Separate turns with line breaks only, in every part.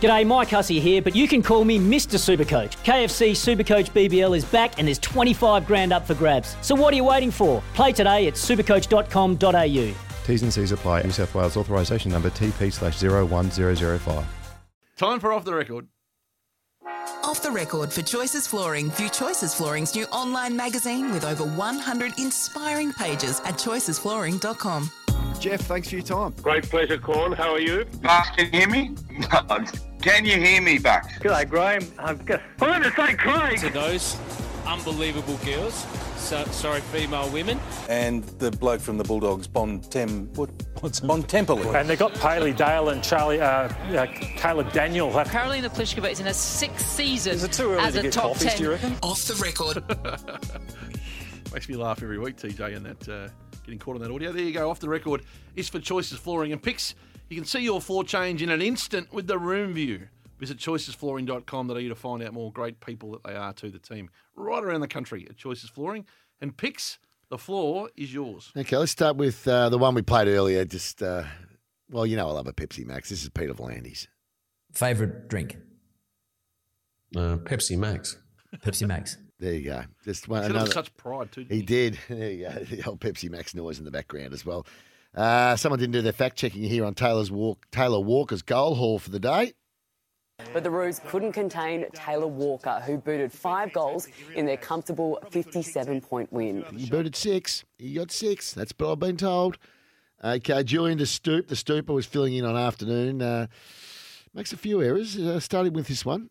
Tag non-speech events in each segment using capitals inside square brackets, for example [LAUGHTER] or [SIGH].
G'day, Mike Hussey here, but you can call me Mr. Supercoach. KFC Supercoach BBL is back and there's 25 grand up for grabs. So what are you waiting for? Play today at supercoach.com.au.
T's and C's apply. New South Wales authorisation number TP slash 01005.
Time for off the record.
Off the record for Choices Flooring, view Choices Flooring's new online magazine with over 100 inspiring pages at choicesflooring.com.
Jeff, thanks for your time.
Great pleasure, Corn. How are you?
Bucks, can you hear me? can you hear me, Bucks?
G'day, Graham. I'm good. I'm going to say Craig.
To those unbelievable girls, so, sorry, female women.
And the bloke from the Bulldogs, Bon Tem, what, what's Bon Tempoli.
And they got Paley Dale and Charlie, uh, uh, Caleb Daniel.
Carolina Pliskova is in her sixth season
Is it too early
as
to
a
get
top
coffees,
ten.
do you reckon?
Off the record.
Makes me laugh every week, TJ, and that uh, getting caught on that audio. There you go. Off the record is for Choices Flooring and Picks. You can see your floor change in an instant with the room view. Visit choicesflooring.com.au to find out more great people that they are to the team right around the country at Choices Flooring and Picks. The floor is yours.
Okay, let's start with uh, the one we played earlier. Just, uh, well, you know, I love a Pepsi Max. This is Peter Vlandis.
Favorite drink?
Uh, Pepsi Max.
Pepsi Max.
There you go. Just one
Said it with
another.
such pride too.
He
didn't
did. [LAUGHS] There you go. The old Pepsi Max noise in the background as well. Uh, someone didn't do their fact checking here on Taylor's walk. Taylor Walker's goal haul for the day.
[LAUGHS] But the Roos couldn't contain Taylor Walker, who booted five goals in their comfortable 57 point win.
He booted six. He got six. That's what I've been told. Okay, Julian De Stoop. The Stooper was filling in on afternoon. Uh, makes a few errors, uh, starting with this one.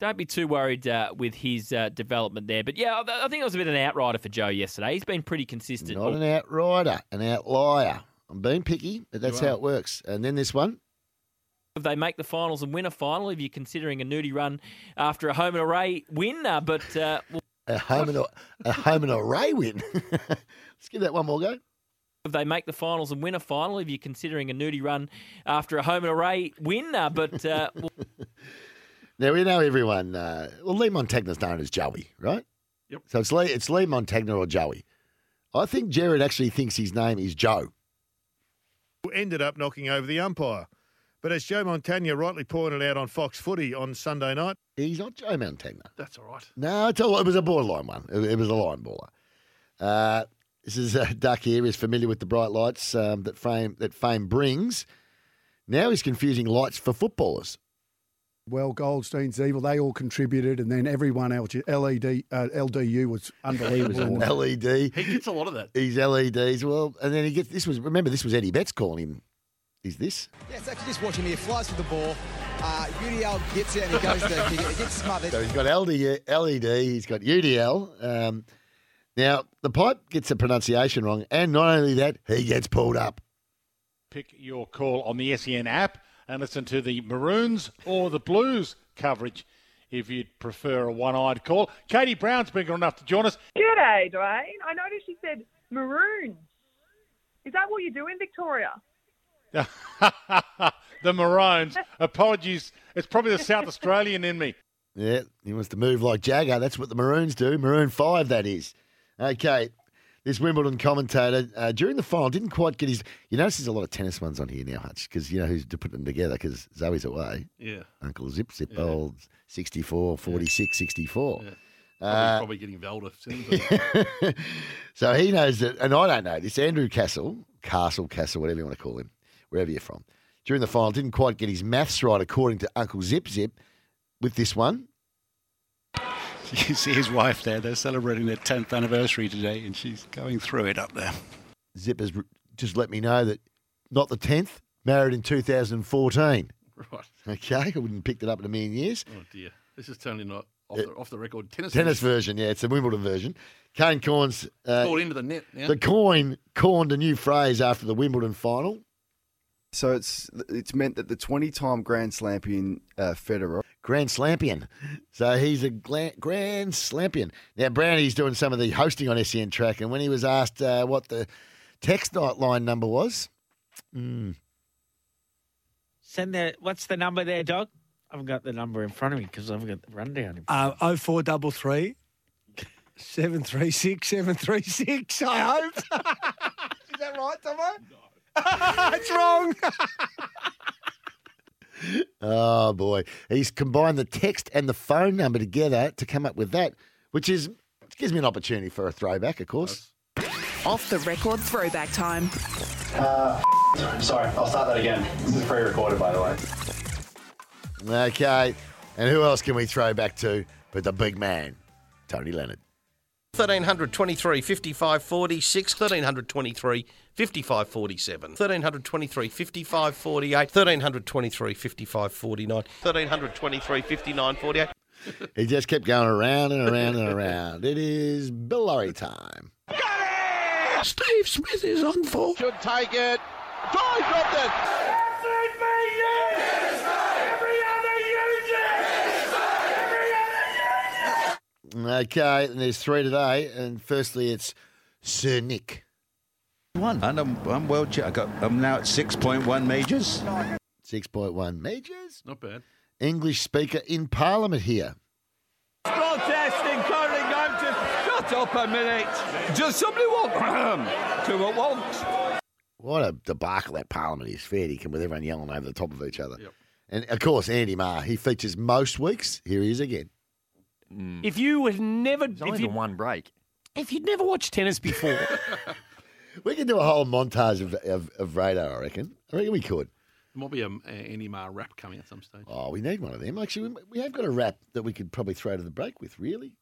Don't be too worried uh, with his uh, development there. But yeah, I, I think it was a bit of an outrider for Joe yesterday. He's been pretty consistent.
Not an outrider, an outlier. I'm being picky, but that's how it works. And then this one.
If they make the finals and win a final, if you're considering a nudie run after a home and array win, uh, but uh, well,
A home and a, a home and array win. [LAUGHS] Let's give that one more go.
if they make the finals and win a final, if you're considering a nudie run after a home and array win, uh,
[LAUGHS]
but uh, well,
Now we know everyone. Uh, well, Lee Montagna's known as Joey, right?
Yep.
So it's Lee, it's Lee Montagna or Joey. I think Jared actually thinks his name is Joe.
who ended up knocking over the umpire. But as Joe Montagna rightly pointed out on Fox Footy on Sunday night,
He's not Joe Montagna.
he? That's all right.
No, it's all, it was a borderline one. It, it was a line baller. Uh, this is uh, Duck here is familiar with the bright lights um, that fame that fame brings. Now he's confusing lights for footballers.
Well, Goldstein's evil. They all contributed, and then everyone else. LED, uh, LDU was
[LAUGHS]
unbelievable.
LED.
He gets a lot of that. [LAUGHS]
These LEDs. E Well, and then he gets this was remember this was Eddie Betts calling him. Is this?
Yes, actually, just watch him here. Flies for the ball. Uh, Uriel gets it and he goes to kick it. It gets smothered.
So he's got LD, LED. E He's got UDL. Um, now the pipe gets the pronunciation wrong, and not only that, he gets pulled up.
Pick your call on the SEN app and listen to the Maroons or the Blues coverage if you'd prefer a one eyed call. Katie Brown's been good enough to join us.
G'day, Dwayne. I noticed you said maroons. Is that what you do in Victoria?
[LAUGHS]
[LAUGHS]
the Maroons. Apologies. It's probably the South Australian in me.
Yeah, he wants to move like Jagger. That's what the Maroons do. Maroon 5, that is. Okay, this Wimbledon commentator uh, during the final didn't quite get his. You notice there's a lot of tennis ones on here now, Hutch, because you know who's to put them together because Zoe's away.
Yeah.
Uncle Zip Zip old 64, 46, 64.
Uh,
He's probably getting Velda. soon, but-
[LAUGHS]
[LAUGHS] so he knows that, and I don't know this. Andrew Castle, Castle, Castle, whatever you want to call him, wherever you're from, during the final didn't quite get his maths right, according to Uncle Zip Zip, with this one.
You see his wife there. They're celebrating their 10th anniversary today, and she's going through it up there.
Zip has r- just let me know that not the 10th, married in 2014.
right.
Okay, I wouldn't have picked it up in a million years.
Oh dear. This is turning not off, the, off the record. Tennis.
Tennis version, yeah, it's the Wimbledon version. Kane Corns, uh,
Called into the net now.
the coin corned a new phrase after the Wimbledon final.
So it's it's meant that the 20-time Grand Slampion uh, Federer
Grand Slampion. So he's a gla- Grand Slampion. Now, Brownie's doing some of the hosting on SEN Track, and when he was asked uh, what the text line number was, mm,
Send the what's the number there, dog? I've got the number in front of me because I've got the rundown.
Uh, 0433 736 736, I hope.
Is that right, Tomo?
it's wrong.
oh boy, he's combined the text and the phone number together to come up with that, which is gives me an opportunity for a throwback, of course.
Off the record throwback time.
Uh, sorry, I'll start that again. This is pre-recorded, by the way.
Okay, and who else can we throw back to but the big man, Tony Leonard?
1323 55 46 1323 55 47 1323 55 48 1323 55 49 1323 59 48
He just kept going around and around and around. It is Bill Lorry time.
Steve Smith is on for. Should take it. Try something.
Okay, and there's three today, and firstly it's Sir Nick.
One. And I'm, I'm well. Che- I got. I'm now at six point one majors.
Six point one majors.
Not bad.
English speaker in Parliament here.
Protesting, currently going to shut up a minute. Does somebody want to at once?
What a debacle that Parliament is. Fair dinkum with everyone yelling over the top of each other. And of course, Andy Marr, he features most weeks. Here he is again.
If you would never,
only
if
the
you one break, if you'd never watched tennis before,
We could do a whole montage of, of, of radar, I reckon. I reckon we could.
There might be a, a Andy Marr rap coming at some stage.
Oh, we need one of them. Actually, we, we have got a rap that we could probably throw to the break with, really.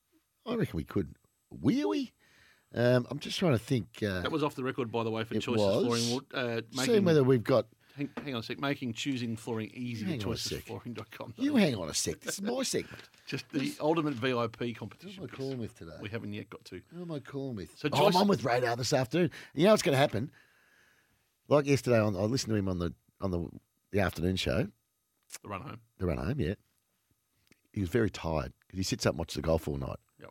I reckon we could. Wee we? Um, I'm just trying to think. Uh,
That was off the record, by the way, for
it
Choices
was.
Flooring. Uh,
Seeing whether we've got.
Hang, hang on a sec. Making choosing flooring easy
Hang
at
on a sec.
choicesflooring.com.
You hang on a sec. This is
[LAUGHS]
my segment.
Just the ultimate VIP competition. What
am I calling with today?
We haven't yet got to.
Who am I calling with?
So
oh, I'm
Joyce-
on with radar this afternoon. You know what's going to happen? Like yesterday, on, I listened to him on the on the, the afternoon show,
The run home.
the run home. Yeah, he was very tired because he sits up and watches the golf all night.
Yep.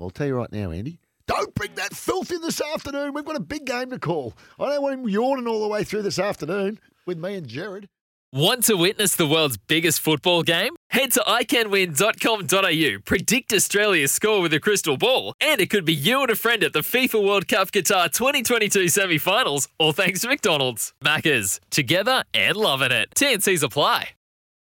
I'll tell you right now, Andy. Don't bring that filth in this afternoon. We've got a big game to call. I don't want him yawning all the way through this afternoon with me and Jared.
Want to witness the world's biggest football game? Head to iCanWin.com.au, predict Australia's score with a crystal ball, and it could be you and a friend at the FIFA World Cup Qatar 2022 semi finals, all thanks to McDonald's. Maccas, together and loving it. TNCs apply.